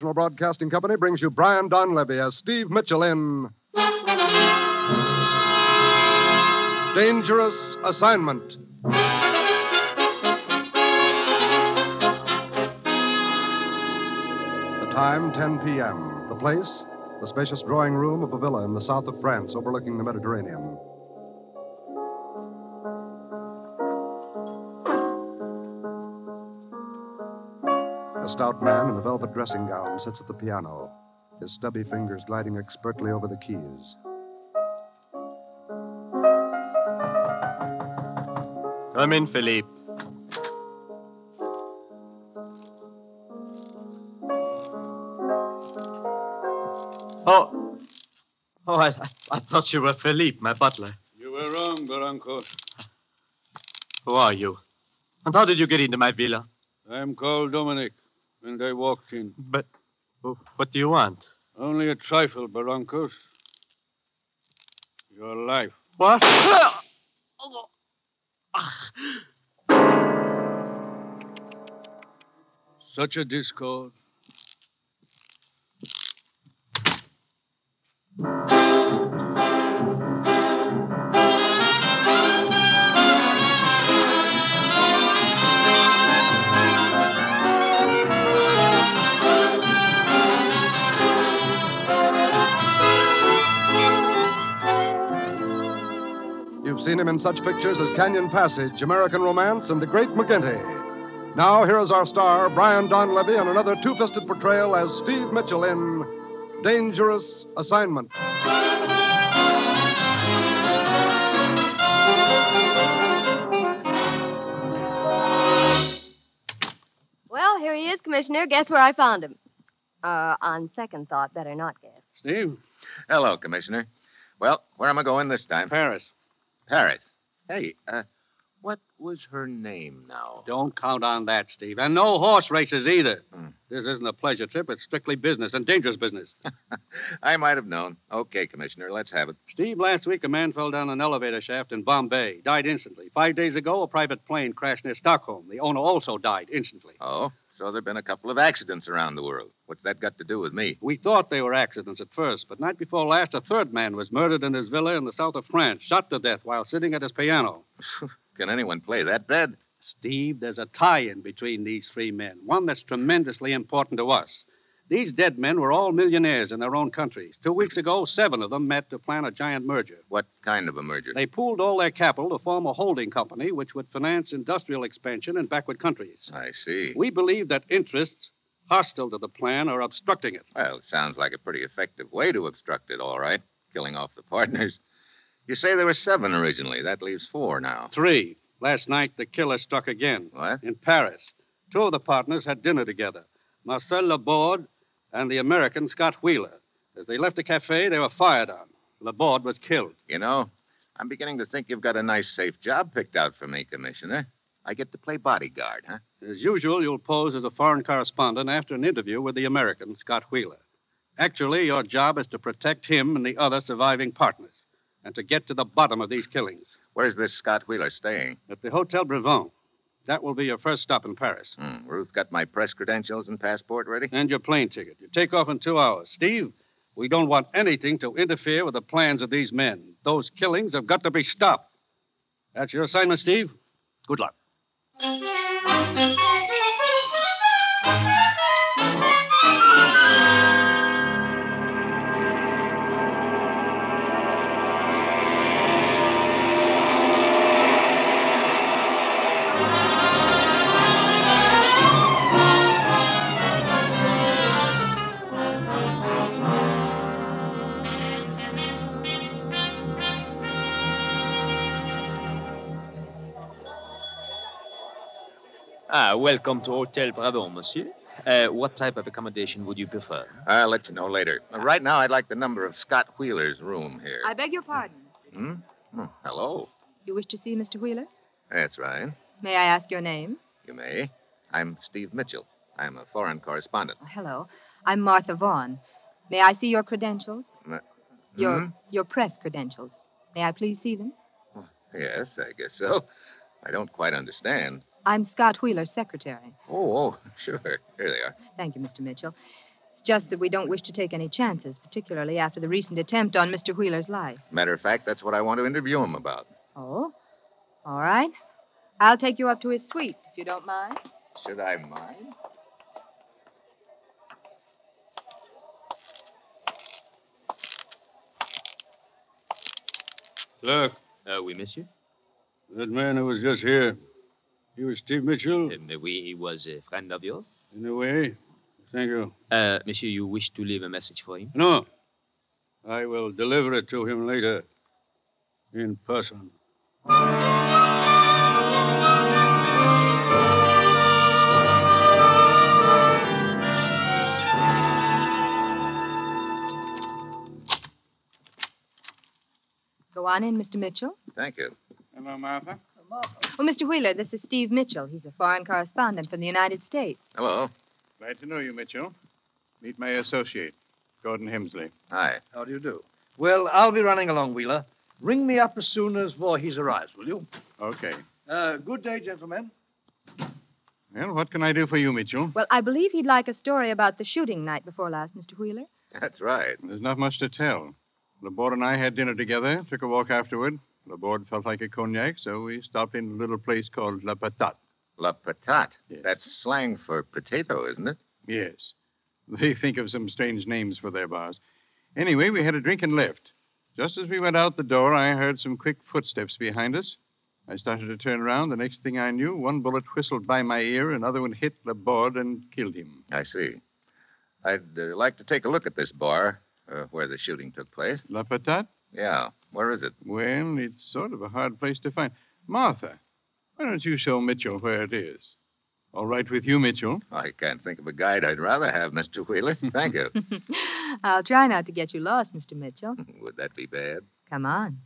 National Broadcasting Company brings you Brian Donlevy as Steve Mitchell in Dangerous Assignment. The time, 10 p.m. The place, the spacious drawing room of a villa in the south of France overlooking the Mediterranean. A stout man in a velvet dressing gown sits at the piano, his stubby fingers gliding expertly over the keys. Come in, Philippe. Oh. Oh, I, I, I thought you were Philippe, my butler. You were wrong, Barancourt. Who are you? And how did you get into my villa? I'm called Dominic, and I walked in. But oh. wh- what do you want? Only a trifle, Barancos. Your life. What? Such a discord. You've seen him in such pictures as Canyon Passage, American Romance, and The Great McGinty. Now, here is our star, Brian Donlevy, on another two fisted portrayal as Steve Mitchell in Dangerous Assignment. Well, here he is, Commissioner. Guess where I found him? Uh, on second thought, better not guess. Steve? Hello, Commissioner. Well, where am I going this time? Paris. Paris. Hey, uh, what was her name now? Don't count on that, Steve. And no horse races either. Hmm. This isn't a pleasure trip. It's strictly business and dangerous business. I might have known. Okay, Commissioner, let's have it. Steve, last week a man fell down an elevator shaft in Bombay, died instantly. Five days ago, a private plane crashed near Stockholm. The owner also died instantly. Oh, so there have been a couple of accidents around the world. What's that got to do with me? We thought they were accidents at first, but night before last, a third man was murdered in his villa in the south of France, shot to death while sitting at his piano. Can anyone play that bad? Steve, there's a tie in between these three men, one that's tremendously important to us. These dead men were all millionaires in their own countries. Two weeks ago, seven of them met to plan a giant merger. What kind of a merger? They pooled all their capital to form a holding company which would finance industrial expansion in backward countries. I see. We believe that interests hostile to the plan are obstructing it. Well, sounds like a pretty effective way to obstruct it, all right. Killing off the partners. You say there were seven originally. That leaves four now. Three. Last night, the killer struck again. What? in Paris. Two of the partners had dinner together Marcel Laborde and the American Scott Wheeler. As they left the cafe, they were fired on. Laborde was killed. You know, I'm beginning to think you've got a nice, safe job picked out for me, Commissioner. I get to play bodyguard, huh? As usual, you'll pose as a foreign correspondent after an interview with the American Scott Wheeler. Actually, your job is to protect him and the other surviving partners and to get to the bottom of these killings Where's this Scott Wheeler staying? at the Hotel Brevent. That will be your first stop in Paris. Hmm, Ruth got my press credentials and passport ready? And your plane ticket. You take off in two hours. Steve, we don't want anything to interfere with the plans of these men. Those killings have got to be stopped. That's your assignment, Steve. Good luck. Ah, Uh, welcome to Hotel Bravo, monsieur. Uh, what type of accommodation would you prefer? I'll let you know later. Uh, Right now, I'd like the number of Scott Wheeler's room here. I beg your pardon. Hmm? Hmm, Hello. You wish to see Mr. Wheeler? That's right. May I ask your name? You may. I'm Steve Mitchell. I'm a foreign correspondent. Uh, Hello. I'm Martha Vaughn. May I see your credentials? Ma- Your Hmm? your press credentials. May I please see them? Hmm? Yes, I guess so. I don't quite understand. I'm Scott Wheeler's secretary. Oh, oh, sure. Here they are. Thank you, Mr. Mitchell. It's just that we don't wish to take any chances, particularly after the recent attempt on Mr. Wheeler's life. Matter of fact, that's what I want to interview him about. Oh? All right. I'll take you up to his suite, if you don't mind. Should I mind? Look, Uh, oui, monsieur. that man who was just here, he was Steve Mitchell? Um, oui, he was a friend of yours. In a way. Thank you. Uh, monsieur, you wish to leave a message for him? No. I will deliver it to him later. In person. Go on in, Mr. Mitchell. Thank you. Hello, Martha. Well, Mr. Wheeler, this is Steve Mitchell. He's a foreign correspondent from the United States. Hello. Glad to know you, Mitchell. Meet my associate, Gordon Hemsley. Hi. How do you do? Well, I'll be running along, Wheeler. Ring me up as soon as Voorhees arrives, will you? Okay. Uh, good day, gentlemen. Well, what can I do for you, Mitchell? Well, I believe he'd like a story about the shooting night before last, Mr. Wheeler. That's right. There's not much to tell. Laborde and I had dinner together, took a walk afterward. Laborde felt like a cognac, so we stopped in a little place called La Patate. La patate. Yes. That's slang for potato, isn't it? Yes. They think of some strange names for their bars. Anyway, we had a drink and left. Just as we went out the door, I heard some quick footsteps behind us. I started to turn around. The next thing I knew, one bullet whistled by my ear, another one hit Laborde and killed him. I see. I'd uh, like to take a look at this bar uh, where the shooting took place. La Patate? Yeah. Where is it? Well, it's sort of a hard place to find. Martha, why don't you show Mitchell where it is? All right with you, Mitchell. I can't think of a guide I'd rather have, Mr. Wheeler. Thank you. I'll try not to get you lost, Mr. Mitchell. Would that be bad? Come on.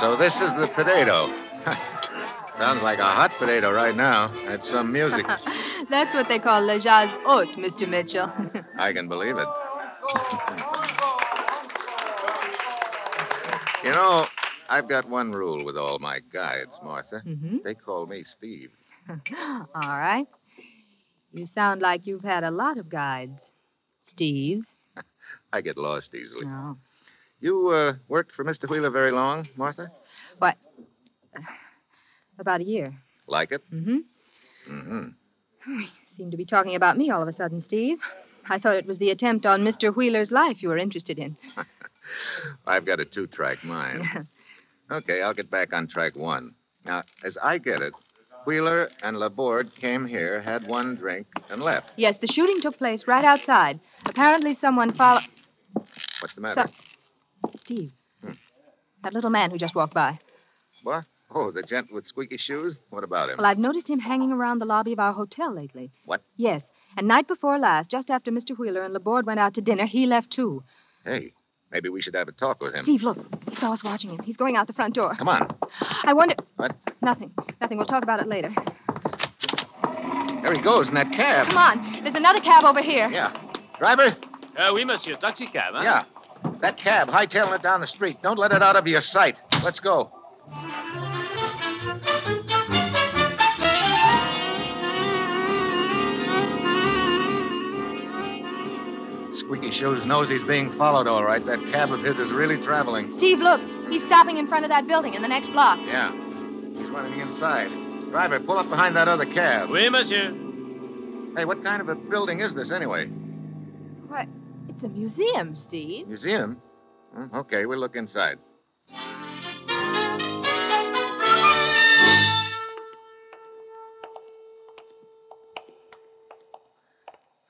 So this is the potato. Sounds like a hot potato right now. That's some music. That's what they call le jazz haute, Mr. Mitchell. I can believe it. you know, I've got one rule with all my guides, Martha. mm-hmm. They call me Steve. All right. You sound like you've had a lot of guides. Steve? I get lost easily. No. You uh, worked for Mr. Wheeler very long, Martha? About a year. Like it? Mm-hmm. Mm-hmm. Seem to be talking about me all of a sudden, Steve. I thought it was the attempt on Mr. Wheeler's life you were interested in. I've got a two-track mind. Okay, I'll get back on track one. Now, as I get it, Wheeler and Laborde came here, had one drink, and left. yes, the shooting took place right outside. Apparently someone followed... What's the matter? Steve. Hmm. That little man who just walked by. What? Oh, the gent with squeaky shoes? What about him? Well, I've noticed him hanging around the lobby of our hotel lately. What? Yes. And night before last, just after Mr. Wheeler and Laborde went out to dinner, he left too. Hey, maybe we should have a talk with him. Steve, look. He saw us watching him. He's going out the front door. Come on. I wonder. What? Nothing. Nothing. We'll talk about it later. There he goes in that cab. Come on. There's another cab over here. Yeah. Driver? Uh, oui, monsieur. Taxi cab, huh? Yeah. That cab, hightailing it down the street. Don't let it out of your sight. Let's go. Squeaky Shoes knows he's being followed, all right. That cab of his is really traveling. Steve, look. He's stopping in front of that building in the next block. Yeah. He's running inside. Driver, pull up behind that other cab. Oui, monsieur. Hey, what kind of a building is this anyway? Why, it's a museum, Steve. Museum? Hmm, Okay, we'll look inside.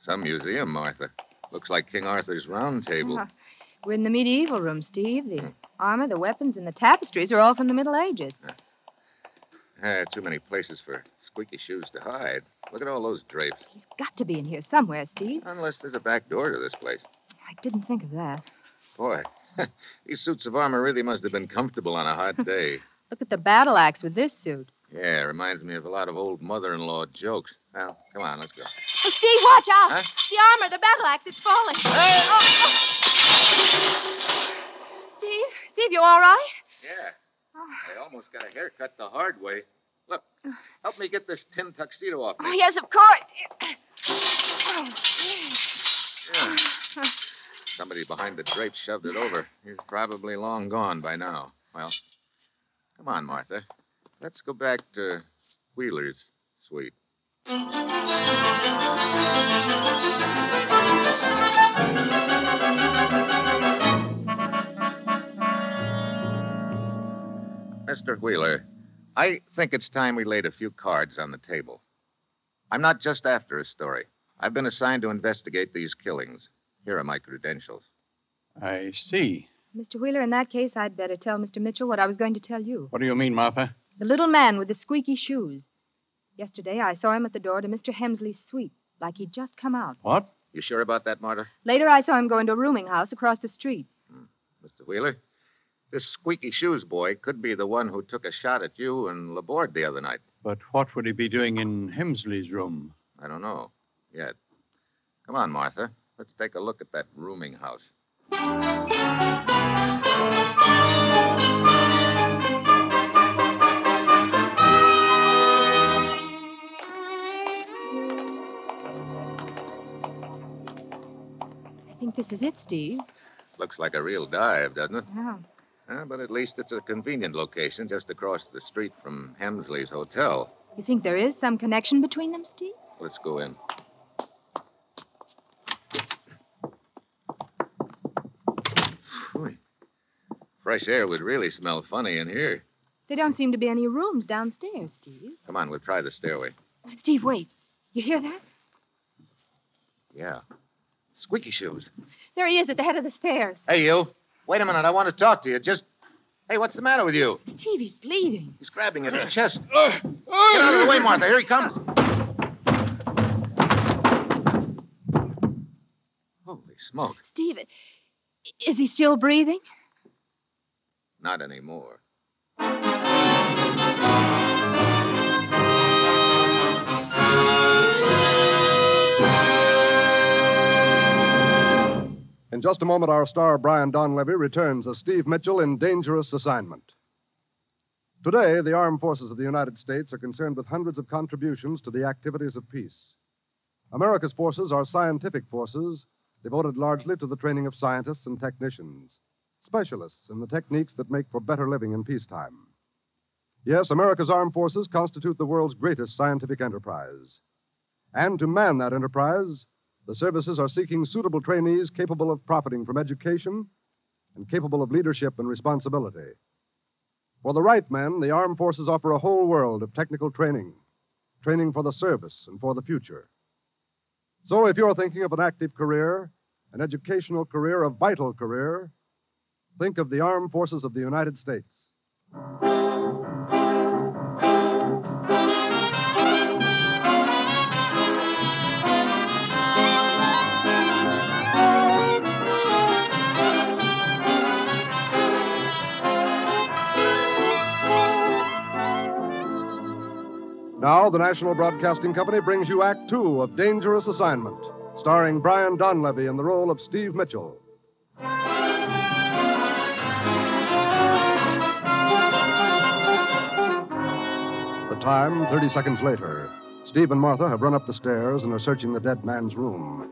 Some museum, Martha. Looks like King Arthur's round table. Ah, We're in the medieval room, Steve. Hmm. The armor, the weapons, and the tapestries are all from the Middle Ages. Ah, too many places for squeaky shoes to hide. Look at all those drapes. Got to be in here somewhere, Steve. Unless there's a back door to this place. I didn't think of that. Boy, these suits of armor really must have been comfortable on a hot day. Look at the battle axe with this suit. yeah, reminds me of a lot of old mother in law jokes. Now, come on, let's go. Oh, Steve, watch out! The armor, the battle axe, it's falling. Oh, oh. Steve, Steve, you all right? Yeah. I almost got a haircut the hard way. Look, help me get this tin tuxedo off Oh, yes, of course. Yeah. Somebody behind the drape shoved it over. He's probably long gone by now. Well, come on, Martha. Let's go back to Wheeler's suite. Mr. Wheeler, I think it's time we laid a few cards on the table. I'm not just after a story. I've been assigned to investigate these killings. Here are my credentials. I see. Mr. Wheeler, in that case, I'd better tell Mr. Mitchell what I was going to tell you. What do you mean, Martha? The little man with the squeaky shoes. Yesterday, I saw him at the door to Mr. Hemsley's suite, like he'd just come out. What? You sure about that, Martha? Later, I saw him go into a rooming house across the street. Mr. Wheeler? This squeaky shoes boy could be the one who took a shot at you and Laborde the other night. But what would he be doing in Hemsley's room? I don't know yet. Come on, Martha. Let's take a look at that rooming house. I think this is it, Steve. Looks like a real dive, doesn't it? Yeah. Uh, but at least it's a convenient location just across the street from Hemsley's Hotel. You think there is some connection between them, Steve? Let's go in. Boy, fresh air would really smell funny in here. There don't seem to be any rooms downstairs, Steve. Come on, we'll try the stairway. Uh, Steve, wait. You hear that? Yeah. Squeaky shoes. There he is at the head of the stairs. Hey, you. Wait a minute. I want to talk to you. Just. Hey, what's the matter with you? Steve, he's bleeding. He's grabbing at his chest. Get out of the way, Martha. Here he comes. Holy smoke. Steve, i- is he still breathing? Not anymore. In just a moment, our star Brian Donlevy returns as Steve Mitchell in Dangerous Assignment. Today, the armed forces of the United States are concerned with hundreds of contributions to the activities of peace. America's forces are scientific forces devoted largely to the training of scientists and technicians, specialists in the techniques that make for better living in peacetime. Yes, America's armed forces constitute the world's greatest scientific enterprise. And to man that enterprise, the services are seeking suitable trainees capable of profiting from education and capable of leadership and responsibility. For the right men, the armed forces offer a whole world of technical training, training for the service and for the future. So if you're thinking of an active career, an educational career, a vital career, think of the armed forces of the United States. Now, the National Broadcasting Company brings you Act Two of Dangerous Assignment, starring Brian Donlevy in the role of Steve Mitchell. The time, 30 seconds later. Steve and Martha have run up the stairs and are searching the dead man's room.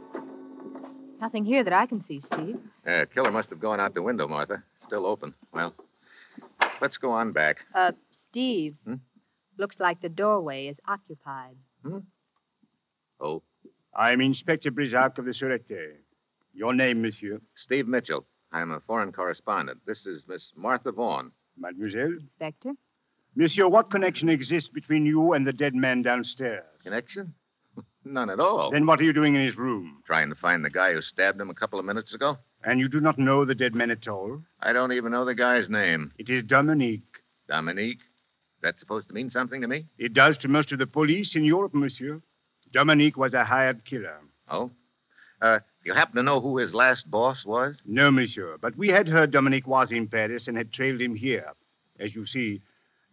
Nothing here that I can see, Steve. Yeah, Uh, killer must have gone out the window, Martha. Still open. Well, let's go on back. Uh, Steve. Hmm? Looks like the doorway is occupied. Oh, I'm Inspector Brisac of the Surete. uh, Your name, monsieur? Steve Mitchell. I'm a foreign correspondent. This is Miss Martha Vaughn. Mademoiselle? Inspector? Monsieur, what connection exists between you and the dead man downstairs? Connection? None at all. Then what are you doing in his room? Trying to find the guy who stabbed him a couple of minutes ago? And you do not know the dead man at all? I don't even know the guy's name. It is Dominique. Dominique? That's supposed to mean something to me? It does to most of the police in Europe, monsieur. Dominique was a hired killer. Oh? Uh, you happen to know who his last boss was? No, monsieur, but we had heard Dominique was in Paris and had trailed him here. As you see,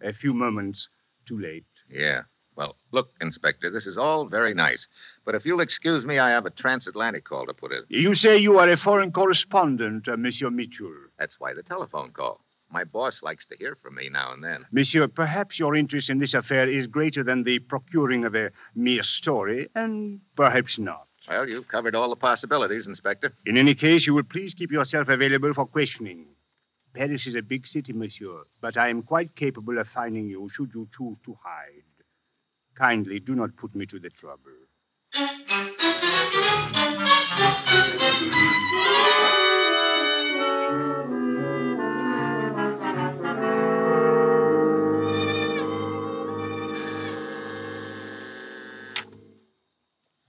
a few moments too late. Yeah. Well, look, Inspector, this is all very nice. But if you'll excuse me, I have a transatlantic call to put in. You say you are a foreign correspondent, uh, Monsieur Mitchell. That's why the telephone call. My boss likes to hear from me now and then. Monsieur, perhaps your interest in this affair is greater than the procuring of a mere story, and perhaps not. Well, you've covered all the possibilities, Inspector. In any case, you will please keep yourself available for questioning. Paris is a big city, monsieur, but I am quite capable of finding you should you choose to hide. Kindly do not put me to the trouble.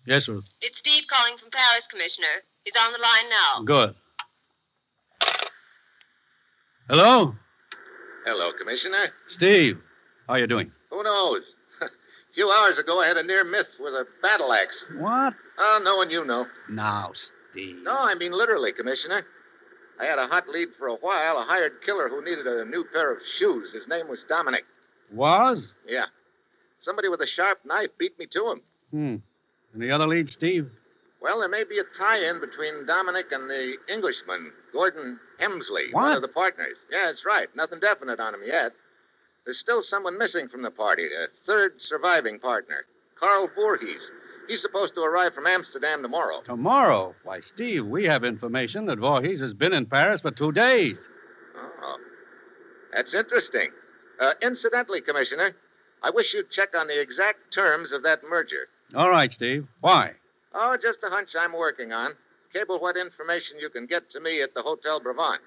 Yes, sir. It's Steve calling from Paris, Commissioner. He's on the line now. Oh, Good. Hello? Hello, Commissioner. Steve. How are you doing? Who knows? a few hours ago, I had a near myth with a battle axe. What? Oh, no one you know. Now, Steve. No, I mean literally, Commissioner. I had a hot lead for a while, a hired killer who needed a new pair of shoes. His name was Dominic. Was? Yeah. Somebody with a sharp knife beat me to him. Hmm. And the other lead, Steve? Well, there may be a tie in between Dominic and the Englishman, Gordon Hemsley, one What? of the partners. Yeah, that's right. Nothing definite on him yet. There's still someone missing from the party, a third surviving partner, Carl Voorhees. He's supposed to arrive from Amsterdam tomorrow. Tomorrow? Why, Steve, we have information that Voorhees has been in Paris for two days. Oh, that's interesting. Uh, incidentally, Commissioner, I wish you'd check on the exact terms of that merger. All right, Steve. Why? Oh, just a hunch I'm working on. Cable what information you can get to me at the Hotel Brevant.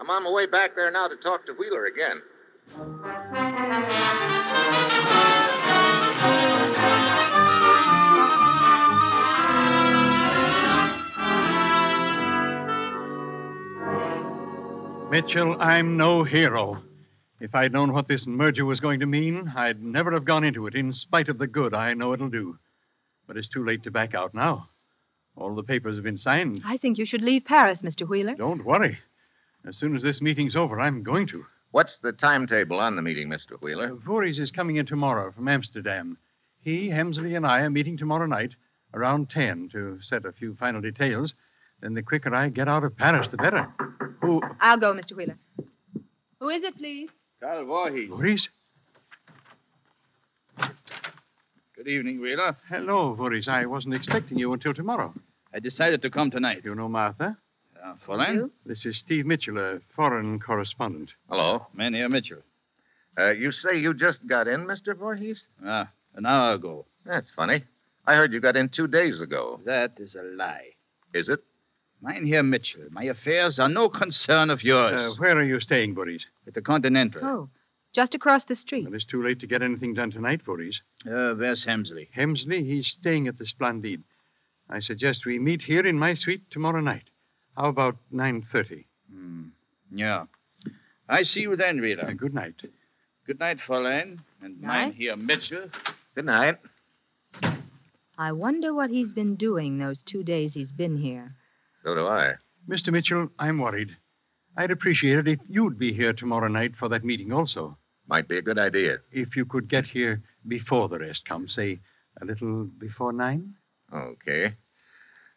I'm on my way back there now to talk to Wheeler again. Mitchell, I'm no hero. If I'd known what this merger was going to mean, I'd never have gone into it, in spite of the good I know it'll do. But it's too late to back out now. All the papers have been signed. I think you should leave Paris, Mr. Wheeler. Don't worry. As soon as this meeting's over, I'm going to. Uh, What's the timetable on the meeting, Mr. Wheeler? Voorhees is coming in tomorrow from Amsterdam. He, Hemsley, and I are meeting tomorrow night around 10 to set a few final details. Then the quicker I get out of Paris, the better. Who? I'll go, Mr. Wheeler. Who is it, please? Carl Voorhees. Voorhees? Good evening, Wheeler. Hello, Voorhees. I wasn't expecting you until tomorrow. I decided to come tonight. You know Martha? Uh, Foreign? This is Steve Mitchell, a foreign correspondent. Oh, Hello. Mania Mitchell. Uh, you say you just got in, Mr. Voorhees? Uh, an hour ago. That's funny. I heard you got in two days ago. That is a lie. Is it? Mynheer Mitchell, my affairs are no concern of yours. Uh, where are you staying, Voorhees? At the Continental. Oh, just across the street. Well, it's too late to get anything done tonight, Voorhees. Uh, where's Hemsley? Hemsley, he's staying at the Splendide. I suggest we meet here in my suite tomorrow night. How about 9.30? Hmm. Yeah. I see you then, Wheeler. Uh, good night. Good night, Fräulein. And Night. Mynheer Mitchell. Good night. I wonder what he's been doing those two days he's been here. So do I. Mr. Mitchell, I'm worried. I'd appreciate it if you'd be here tomorrow night for that meeting also. Might be a good idea. If you could get here before the rest come, say a little before nine. Okay.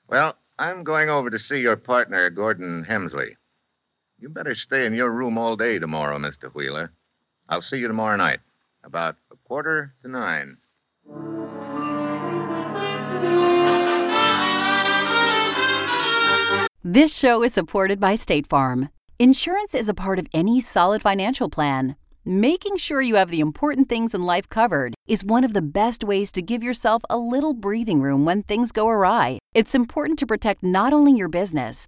Well, I'm going over to see your partner, Gordon Hemsley. You better stay in your room all day tomorrow, Mr. Wheeler. I'll see you tomorrow night, about a quarter to nine. This show is supported by State Farm. Insurance is a part of any solid financial plan. Making sure you have the important things in life covered is one of the best ways to give yourself a little breathing room when things go awry. It's important to protect not only your business,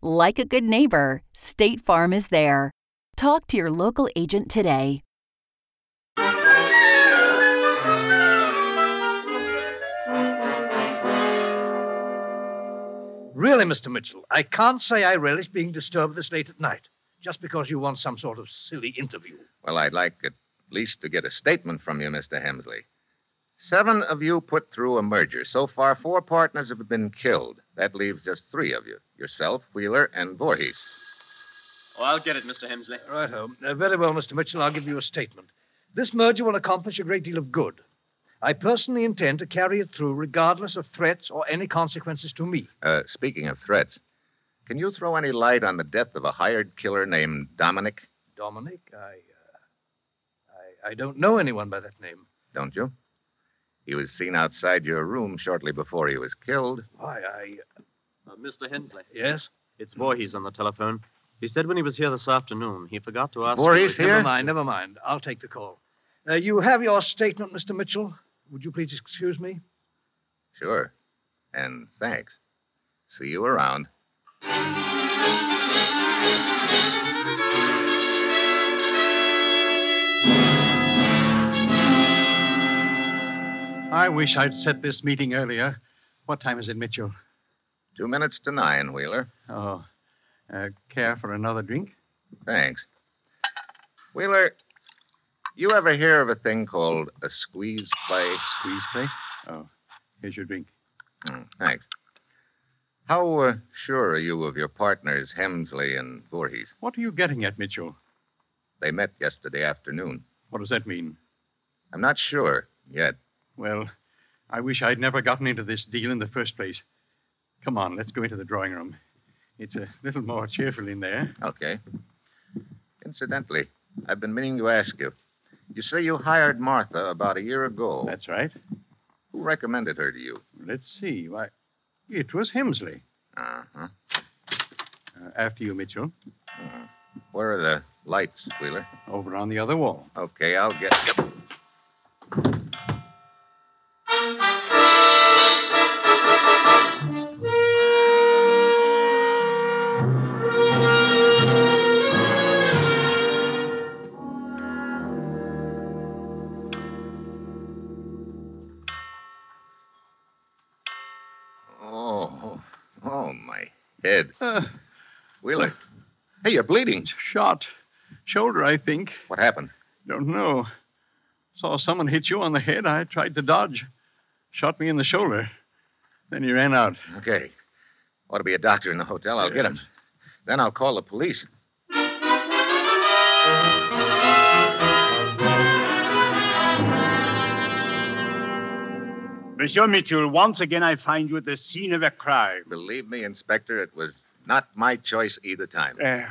Like a good neighbor, State Farm is there. Talk to your local agent today. Really, Mr. Mitchell, I can't say I relish being disturbed this late at night just because you want some sort of silly interview. Well, I'd like at least to get a statement from you, Mr. Hemsley. Seven of you put through a merger. So far, four partners have been killed. That leaves just three of you yourself, Wheeler, and Voorhees. Oh, I'll get it, Mr. Hemsley. Right home. Uh, very well, Mr. Mitchell, I'll give you a statement. This merger will accomplish a great deal of good. I personally intend to carry it through regardless of threats or any consequences to me. Uh, speaking of threats, can you throw any light on the death of a hired killer named Dominic? Dominic, I, uh, I, I don't know anyone by that name. Don't you? He was seen outside your room shortly before he was killed. Why, I. Uh, Mr. Hensley. Yes? It's Voorhees on the telephone. He said when he was here this afternoon, he forgot to ask. Voorhees here? Never mind, never mind. I'll take the call. Uh, you have your statement, Mr. Mitchell. Would you please excuse me? Sure. And thanks. See you around. I wish I'd set this meeting earlier. What time is it, Mitchell? Two minutes to nine, Wheeler. Oh. Uh, care for another drink? Thanks. Wheeler, you ever hear of a thing called a squeeze play? Squeeze play? Oh, here's your drink. Hmm, thanks. How uh, sure are you of your partners, Hemsley and Voorhees? What are you getting at, Mitchell? They met yesterday afternoon. What does that mean? I'm not sure yet. Well, I wish I'd never gotten into this deal in the first place. Come on, let's go into the drawing room. It's a little more cheerful in there. Okay. Incidentally, I've been meaning to ask you. You say you hired Martha about a year ago. That's right. Who recommended her to you? Let's see. Why, it was Hemsley. Uh-huh. Uh, after you, Mitchell. Hmm. Where are the lights, Wheeler? Over on the other wall. Okay, I'll get. Yep. Oh, oh, my head. Uh, Wheeler. Hey, you're bleeding. Shot. Shoulder, I think. What happened? Don't know. Saw someone hit you on the head. I tried to dodge. Shot me in the shoulder. Then he ran out. Okay. Ought to be a doctor in the hotel. I'll get him. Then I'll call the police. Monsieur Mitchell, once again I find you at the scene of a crime. Believe me, Inspector, it was not my choice either time. Eh. Uh,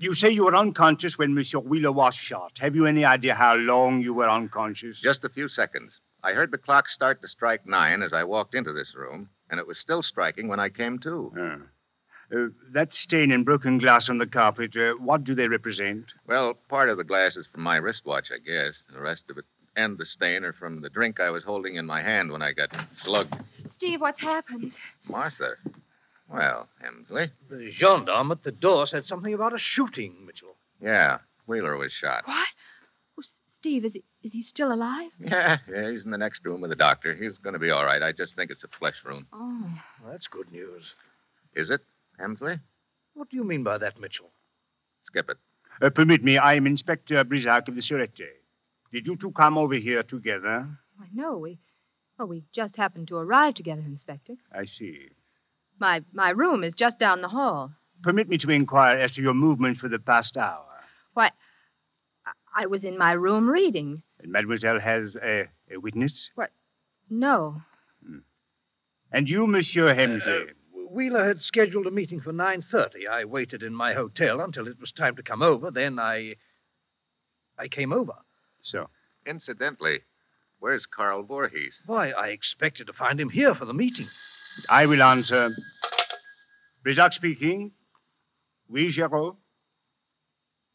you say you were unconscious when Monsieur Wheeler was shot. Have you any idea how long you were unconscious? Just a few seconds. I heard the clock start to strike nine as I walked into this room, and it was still striking when I came to. Uh, uh, that stain and broken glass on the carpet, uh, what do they represent? Well, part of the glass is from my wristwatch, I guess. The rest of it and the stain are from the drink I was holding in my hand when I got slugged. Steve, what's happened? Martha. Well, Hemsley. The gendarme at the door said something about a shooting, Mitchell. Yeah, Wheeler was shot. What? Oh, S- Steve, is he, is he still alive? Yeah, yeah, he's in the next room with the doctor. He's going to be all right. I just think it's a flesh wound. Oh. Well, that's good news. Is it, Hemsley? What do you mean by that, Mitchell? Skip it. Uh, permit me, I am Inspector Brisac of the Sûreté. Did you two come over here together? Why, no, we. Well, we just happened to arrive together, Inspector. I see. My, my room is just down the hall. Permit me to inquire as to your movements for the past hour. Why, I, I was in my room reading. And mademoiselle has a, a witness? No. And you, Monsieur Hemsley. Wheeler had scheduled a meeting for 9.30. I waited in my hotel until it was time to come over. Then I... I came over. So? Incidentally, where's Carl Voorhees? Why, I expected to find him here for the meeting. I will answer. Brisac speaking. Oui, Giraud.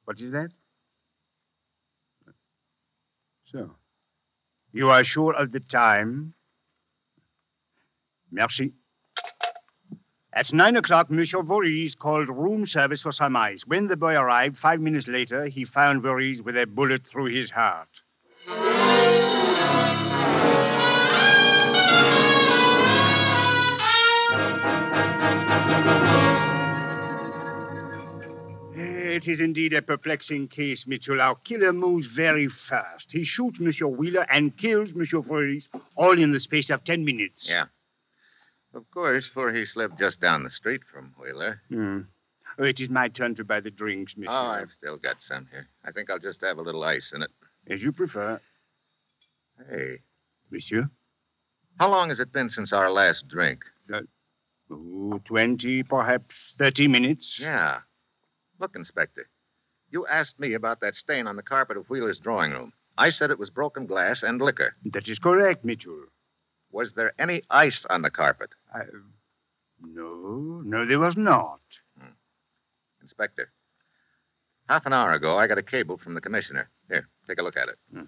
What is that? So, you are sure of the time? Merci. At nine o'clock, Monsieur Voorhees called room service for some ice. When the boy arrived, five minutes later, he found Voorhees with a bullet through his heart. It is indeed a perplexing case, Mitchell. Our killer moves very fast. He shoots Monsieur Wheeler and kills Monsieur Voorhees all in the space of ten minutes. Yeah. Of course, Voorhees lived just down the street from Wheeler. Hmm. Oh, it is my turn to buy the drinks, Monsieur. Oh, I've still got some here. I think I'll just have a little ice in it. As you prefer. Hey. Monsieur? How long has it been since our last drink? Oh, 20, Uh, perhaps 30 minutes. Yeah. Look, Inspector, you asked me about that stain on the carpet of Wheeler's drawing room. I said it was broken glass and liquor. That is correct, Mitchell. Was there any ice on the carpet? I... uh, No, no, there was not. Hmm. Inspector, half an hour ago, I got a cable from the commissioner. Here, take a look at it. Hmm.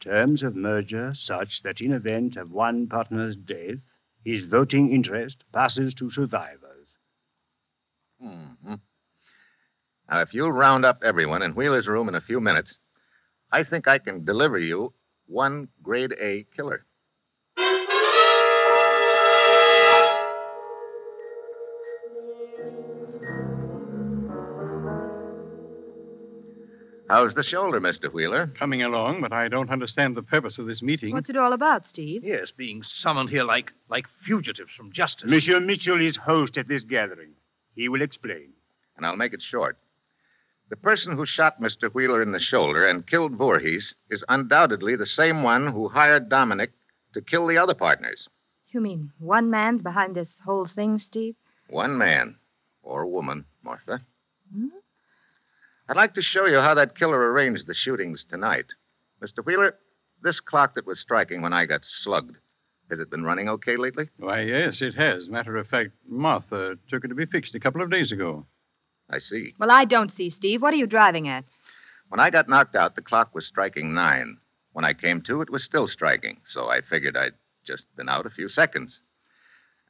Terms of merger such that in event of one partner's death, his voting interest passes to survivors. hmm Now, if you'll round up everyone in Wheeler's room in a few minutes, I think I can deliver you one grade A killer. How's the shoulder, Mr. Wheeler? Coming along, but I don't understand the purpose of this meeting. What's it all about, Steve? Yes, being summoned here like, like fugitives from justice. Monsieur Mitchell is host at this gathering. He will explain. and I'll make it short. The person who shot Mr. Wheeler in the shoulder and killed Voorhees is undoubtedly the same one who hired Dominic to kill the other partners. You mean one man's behind this whole thing, Steve? One man or woman, Martha. Hmm? I'd like to show you how that killer arranged the shootings tonight. Mr. Wheeler, this clock that was striking when I got slugged, has it been running okay lately? Why, yes, it has. Matter of fact, Martha took it to be fixed a couple of days ago. I see. Well, I don't see, Steve. What are you driving at? When I got knocked out, the clock was striking nine. When I came to, it was still striking, so I figured I'd just been out a few seconds.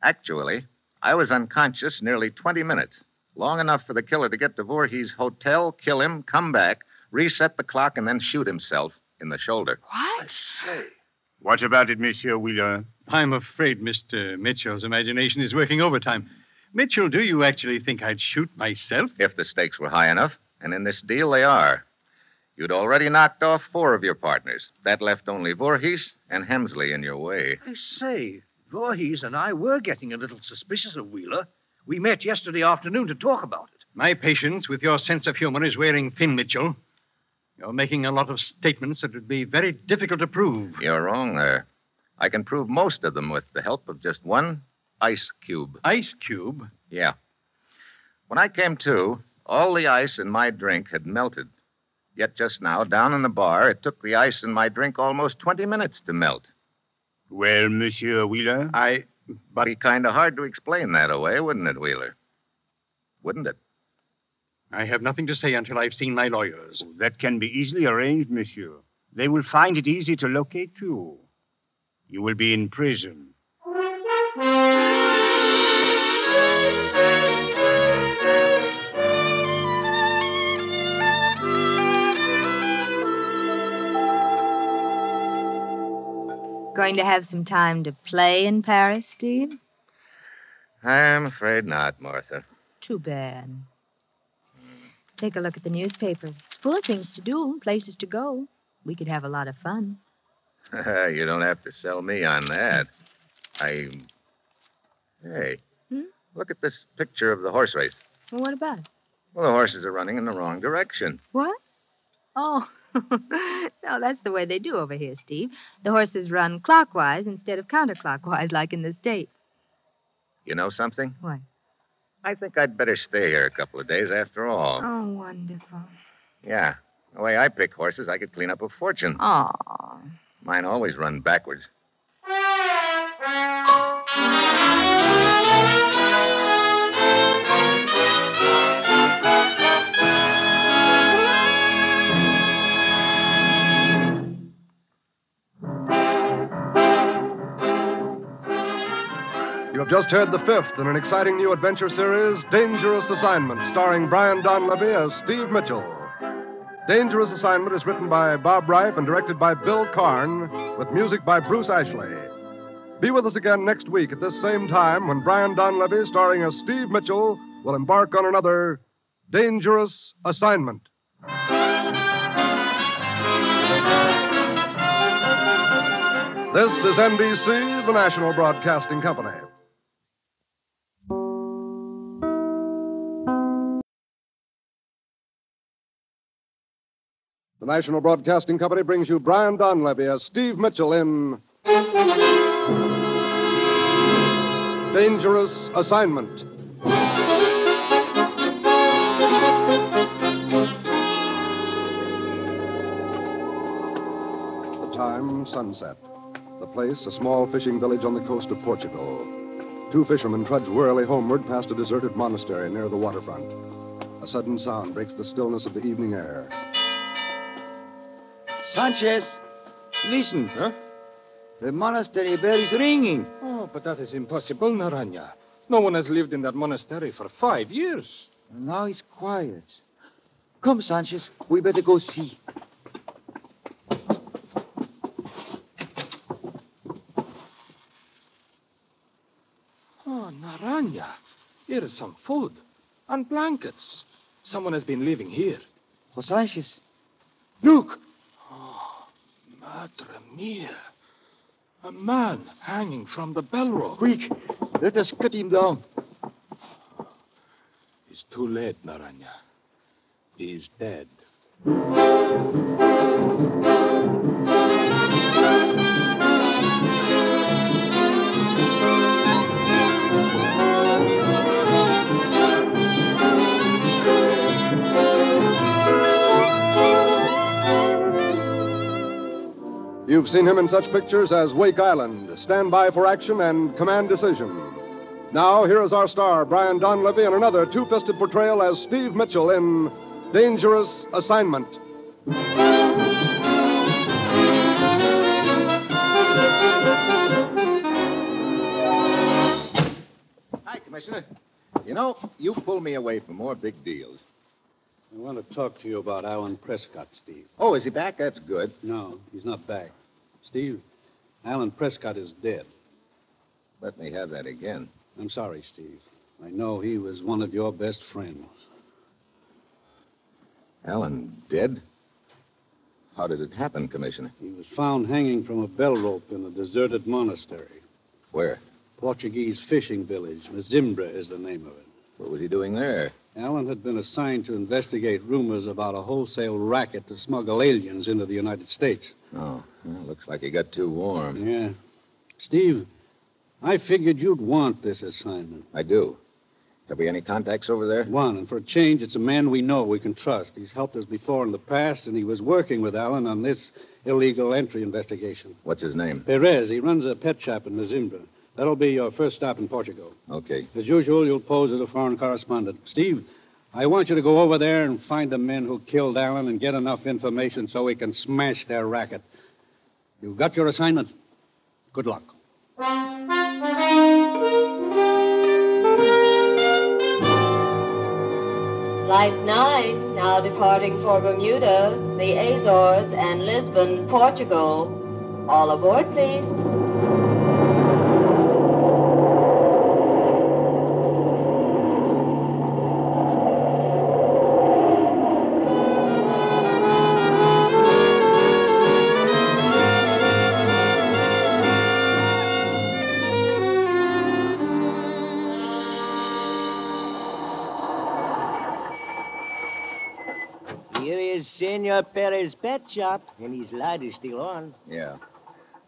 Actually, I was unconscious nearly 20 minutes, long enough for the killer to get to Voorhees' hotel, kill him, come back, reset the clock, and then shoot himself in the shoulder. What? What about it, Monsieur Wheeler? I'm afraid Mr. Mitchell's imagination is working overtime. Mitchell, do you actually think I'd shoot myself? If the stakes were high enough, and in this deal they are. You'd already knocked off four of your partners. That left only Voorhees and Hemsley in your way. I say, Voorhees and I were getting a little suspicious of Wheeler. We met yesterday afternoon to talk about it. My patience with your sense of humor is wearing thin, Mitchell. You're making a lot of statements that would be very difficult to prove. You're wrong there. I can prove most of them with the help of just one ice cube. Ice cube? Yeah. When I came to, all the ice in my drink had melted. Yet just now, down in the bar, it took the ice in my drink almost 20 minutes to melt. Well, Monsieur Wheeler? I. But be kind of hard to explain that away, wouldn't it, Wheeler? Wouldn't it? I have nothing to say until I've seen my lawyers. Oh, That can be easily arranged, Monsieur. They will find it easy to locate you. You will be in prison. Going to have some time to play in Paris, Steve? I'm afraid not, Martha. Too bad. Take a look at the newspaper. It's full of things to do and places to go. We could have a lot of fun. you don't have to sell me on that. I. Hey, Hmm? look at this picture of the horse race. Well, what about it? Well, the horses are running in the wrong direction. What? Oh. no, that's the way they do over here, Steve. The horses run clockwise instead of counterclockwise, like in the States. You know something? What? I think I'd better stay here a couple of days after all. Oh, wonderful. Yeah. The way I pick horses, I could clean up a fortune. Aw. Mine always run backwards. You have just heard the fifth in an exciting new adventure series, Dangerous Assignment, starring Brian Donlevy as Steve Mitchell. Dangerous Assignment is written by Bob Reif and directed by Bill Karn, with music by Bruce Ashley. Be with us again next week at this same time when Brian Donlevy, starring as Steve Mitchell, will embark on another Dangerous Assignment. This is NBC, the national broadcasting company. The National Broadcasting Company brings you Brian Donlevy as Steve Mitchell in Dangerous Assignment. The time, sunset. The place, a small fishing village on the coast of Portugal. Two fishermen trudge wearily homeward past a deserted monastery near the waterfront. A sudden sound breaks the stillness of the evening air. Sanchez, listen. Huh? The monastery bell is ringing. Oh, but that is impossible, Naranja. No one has lived in that monastery for five years. Now it's quiet. Come, Sanchez, we better go see. Oh, Naranja, here is some food and blankets. Someone has been living here. Oh, Sanchez, Look! Oh, madre mia. A man hanging from the bell rope. Quick, let us cut him down. It's too late, Naranja. He is dead. You've seen him in such pictures as Wake Island, Stand By for Action, and Command Decision. Now, here is our star, Brian Donlevy, in another two fisted portrayal as Steve Mitchell in Dangerous Assignment. Hi, Commissioner. You know, you pull me away for more big deals. I want to talk to you about Alan Prescott, Steve. Oh, is he back? That's good. No, he's not back. Steve, Alan Prescott is dead. Let me have that again. I'm sorry, Steve. I know he was one of your best friends. Alan dead? How did it happen, Commissioner? He was found hanging from a bell rope in a deserted monastery. Where? Portuguese fishing village. Mazimbra is the name of it. What was he doing there? Allen had been assigned to investigate rumors about a wholesale racket to smuggle aliens into the United States. Oh, well, looks like he got too warm. Yeah. Steve, I figured you'd want this assignment. I do. Have we any contacts over there? One, and for a change, it's a man we know, we can trust. He's helped us before in the past, and he was working with Allen on this illegal entry investigation. What's his name? Perez, he runs a pet shop in Mazimbra. That'll be your first stop in Portugal. Okay. As usual, you'll pose as a foreign correspondent. Steve, I want you to go over there and find the men who killed Allen and get enough information so we can smash their racket. You've got your assignment. Good luck. Flight 9 now departing for Bermuda, the Azores, and Lisbon, Portugal. All aboard, please. Here is Senor Perez's pet shop, and his light is still on. Yeah.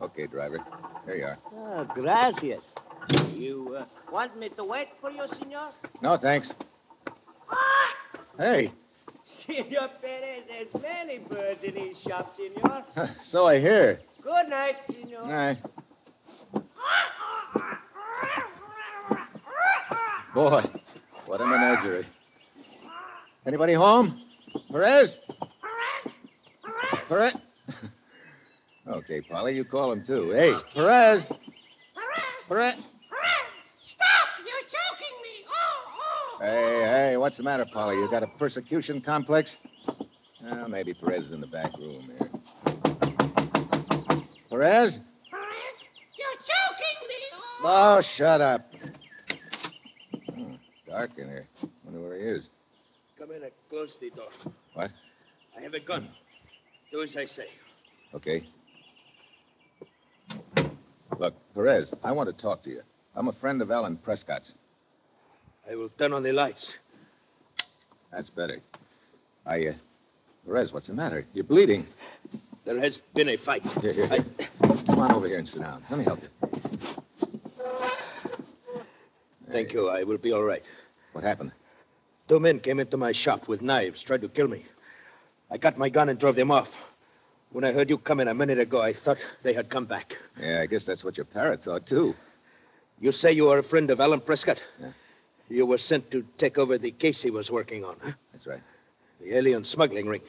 Okay, driver. Here you are. Oh, gracias. You uh, want me to wait for you, senor? Ah! No, thanks. Hey, Senor Perez, there's many birds in his shop, senor. so I hear. Good night, senor. Aye. Boy, what a menagerie. Anybody home? Perez? Perez? Okay, Polly, you call him too. Hey, Perez? Perez? Stop! You're choking me! Oh, oh! Hey, hey, what's the matter, Polly? You got a persecution complex? Well, maybe Perez is in the back room here. Perez? Perez, you're choking me! Oh! Oh, shut up. Hmm, dark in here. Wonder where he is. Come in and close the door. What? I have a gun. Do as I say. Okay. Look, Perez, I want to talk to you. I'm a friend of Alan Prescott's. I will turn on the lights. That's better. I, uh, Perez, what's the matter? You're bleeding. There has been a fight. Here, here, here. Come on over here and sit down. Let me help you. Thank you. I will be all right. What happened? Two men came into my shop with knives, tried to kill me. I got my gun and drove them off. When I heard you come in a minute ago, I thought they had come back. Yeah, I guess that's what your parrot thought, too. You say you are a friend of Alan Prescott? You were sent to take over the case he was working on, huh? That's right. the alien smuggling ring.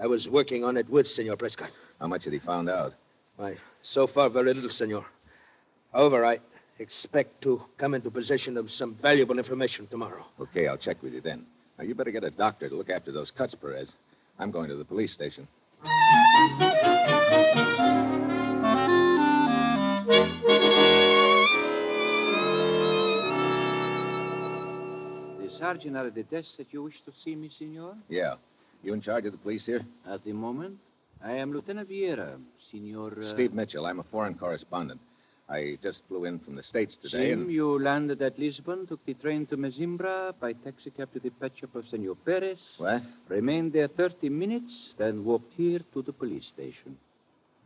I was working on it with Senor Prescott. How much had he found out? Why, so far, very little, Senor. However, I expect to come into possession of some valuable information tomorrow. Okay, I'll check with you then. Now, you better get a doctor to look after those cuts, Perez. I'm going to the police station. The sergeant at the desk that you wish to see me, senor? Yeah. You in charge of the police here? At the moment, I am Lieutenant Vieira, senor. uh, Steve Mitchell. I'm a foreign correspondent. I just flew in from the States today. Sim, and... you landed at Lisbon, took the train to Mezimbra, by taxicab to the pet shop of Senor Perez, What? remained there 30 minutes, then walked here to the police station.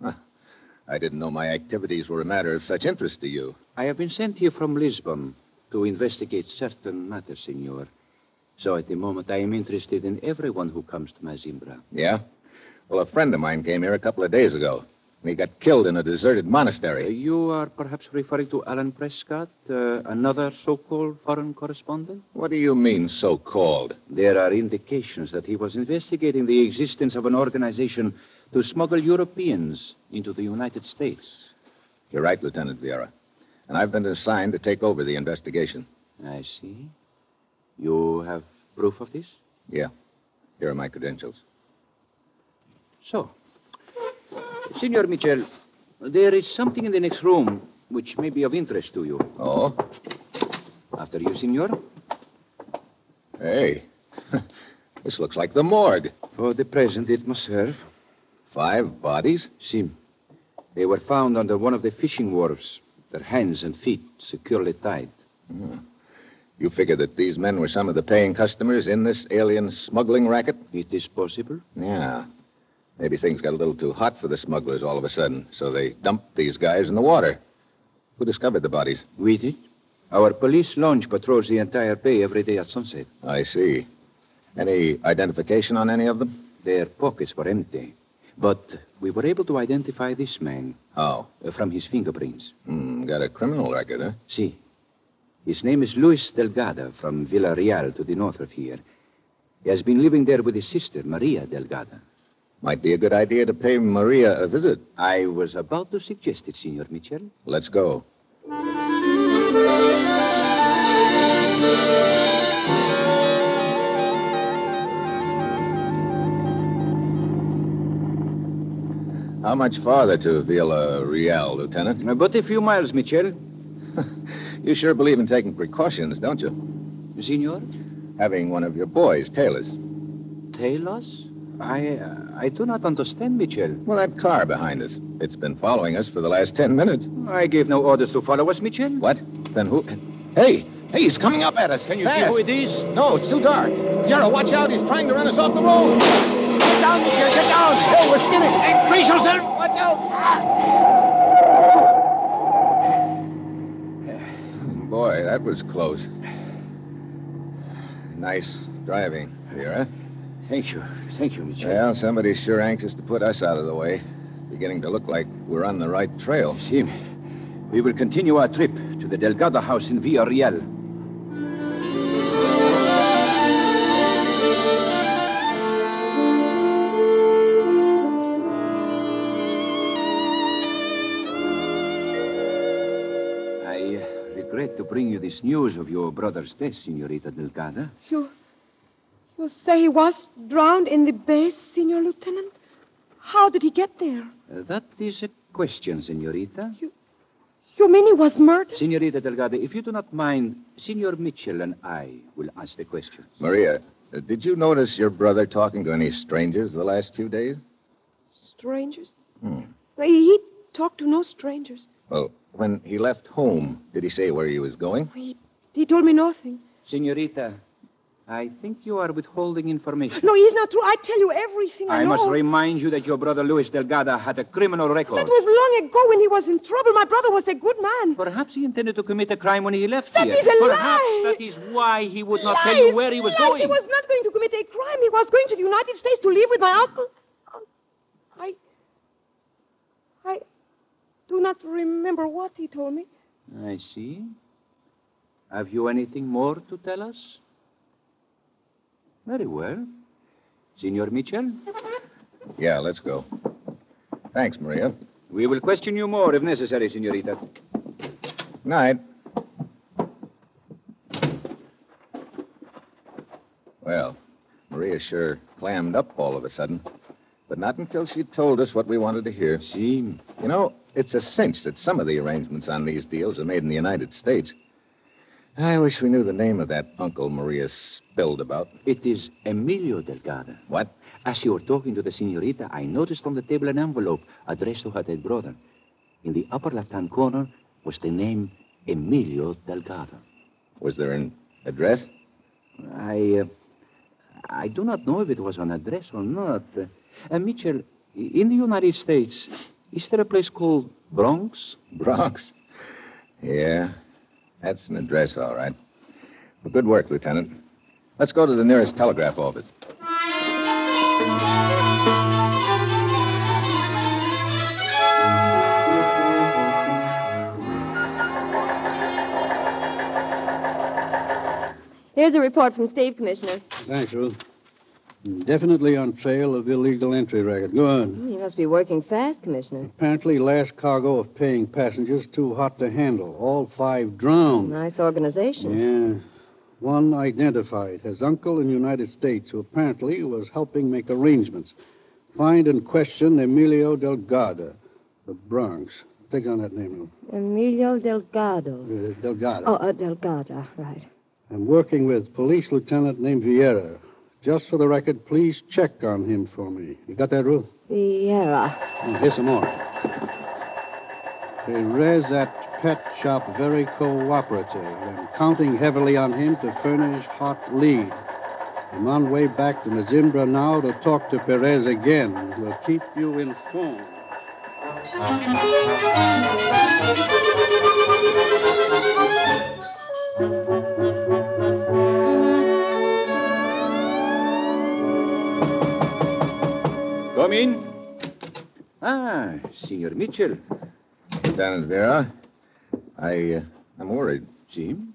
I didn't know my activities were a matter of such interest to you. I have been sent here from Lisbon to investigate certain matters, senor. So at the moment, I am interested in everyone who comes to Mazimbra. Yeah? Well, a friend of mine came here a couple of days ago, and he got killed in a deserted monastery. You are perhaps referring to Alan Prescott, uh, another so called foreign correspondent? What do you mean, so called? There are indications that he was investigating the existence of an organization to smuggle Europeans into the United States. You're right, Lieutenant Vieira. And I've been assigned to take over the investigation. I see. You have proof of this? Yeah. Here are my credentials. So, Senor Mitchell, there is something in the next room which may be of interest to you. Oh? After you, Senor. Hey. this looks like the morgue. For the present, it must serve. Five bodies? Sim. They were found under one of the fishing wharves, their hands and feet securely tied. Hmm. You figure that these men were some of the paying customers in this alien smuggling racket? It is possible. Yeah. Maybe things got a little too hot for the smugglers all of a sudden, so they dumped these guys in the water. Who discovered the bodies? We did. Our police launch patrols the entire bay every day at sunset. I see. Any identification on any of them? Their pockets were empty. But we were able to identify this man Oh. uh, from his fingerprints. Hmm, got a criminal record, huh? See. His name is Luis Delgado from Villarreal to the north of here. He has been living there with his sister, Maria Delgado. Might be a good idea to pay Maria a visit. I was about to suggest it, Senor Mitchell. Let's go. How much farther to Villarreal, Lieutenant? Uh, But a few miles, Mitchell. You sure believe in taking precautions, don't you? Senor? Having one of your boys tail us. Tell us? I, uh, I do not understand, Mitchell. Well, that car behind us. It's been following us for the last ten minutes. I gave no orders to follow us, Mitchell. What? Then who? Hey! Hey, he's coming up at us. Can you see Fast. who it is? No, it's too dark. Jarrah, watch out. He's trying to run us off the road. Get down, Mitchell. Get down. Hey, we're skidding. Hey, brace yourself. Watch out. Boy, that was close. Nice driving, Vera. Thank you. Thank you, Monsieur. Well, somebody's sure anxious to put us out of the way. Beginning to look like we're on the right trail. See, we will continue our trip to the Delgado house in Villarreal. I uh, regret to bring you this news of your brother's death, Senorita Delgado. You. You say he was drowned in the bay, Signor Lieutenant? How did he get there? Uh, that is a question, Senorita. You mean he was murdered? Senorita Delgado, if you do not mind, Senor Mitchell and I will ask the question. Maria, uh, did you notice your brother talking to any strangers the last few days? Strangers? Hmm. He, he talked to no strangers. Well, when he left home, did he say where he was going? He told me nothing. Senorita, I think you are withholding information. No, he's not true. I tell you everything I, I know. must remind you that your brother Luis Delgado had a criminal record. That was long ago when he was in trouble. My brother was a good man. Perhaps he intended to commit a crime when he left That here. is a Perhaps lie. that is why he would not tell you where he was Lies. going. He was not going to commit a crime. He was going to the United States to live with my uncle. I. I do not remember what he told me. I see. Have you anything more to tell us? Very well. Senor Mitchell? Yeah, let's go. Thanks, Maria. We will question you more if necessary, Senorita. Night. Well, Maria sure clammed up all of a sudden, but not until she told us what we wanted to hear. See? You know, it's a cinch that some of the arrangements on these deals are made in the United States. I wish we knew the name of that uncle Maria spilled about. It is Emilio Delgado. What? As you were talking to the senorita, I noticed on the table an envelope addressed to her dead brother. In the upper left-hand corner was the name Emilio Delgado. Was there an address? I, uh, I do not know if it was an address or not. Uh, uh, Mitchell, i- in the United States, is there a place called Bronx? Bronx? Yeah, that's an address, all right. Well, good work, Lieutenant. Let's go to the nearest telegraph office. Here's a report from Steve, Commissioner. Thanks, Ruth. Definitely on trail of illegal entry racket. Good. You Hmm, must be working fast, Commissioner. Apparently, last cargo of paying passengers too hot to handle. All five drowned. Nice organization. Yeah. One identified, his uncle in the United States, who apparently was helping make arrangements. Find and question Emilio Delgado, the Bronx. Take on that name, Emilio Delgado. Ruth. Uh, Delgado. Oh, uh, Delgado, right. I'm working with police lieutenant named Vieira. Just for the record, please check on him for me. You got that, Ruth? Sierra. Oh, here's some more. Perez at Pet Shop very cooperative and counting heavily on him to furnish hot lead. I'm on way back to Mazimbra now to talk to Perez again. We'll keep you informed. Come in. Ah, Senor Mitchell. Lieutenant Vera, I, uh, I'm worried. Jim?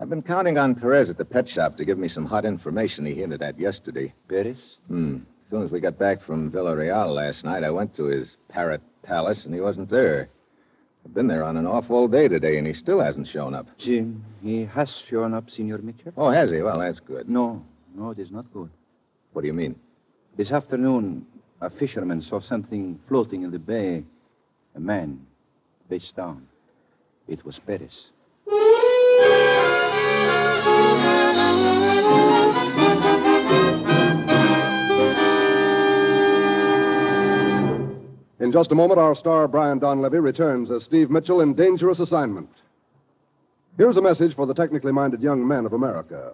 I've been counting on Perez at the pet shop to give me some hot information he hinted at yesterday. Perez? Hmm. As soon as we got back from Villarreal last night, I went to his parrot palace, and he wasn't there. I've been there on and off all day today, and he still hasn't shown up. Jim, he has shown up, Senor Mitchell. Oh, has he? Well, that's good. No, no, it is not good. What do you mean? This afternoon, a fisherman saw something floating in the bay. A man, face down. It was Perez. In just a moment, our star Brian Donlevy returns as Steve Mitchell in Dangerous Assignment. Here's a message for the technically minded young men of America.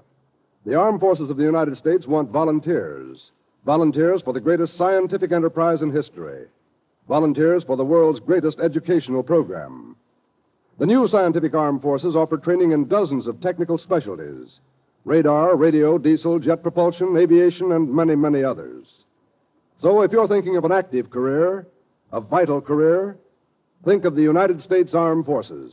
The armed forces of the United States want volunteers. Volunteers for the greatest scientific enterprise in history. Volunteers for the world's greatest educational program. The new scientific armed forces offer training in dozens of technical specialties radar, radio, diesel, jet propulsion, aviation, and many, many others. So if you're thinking of an active career, a vital career, think of the United States Armed Forces.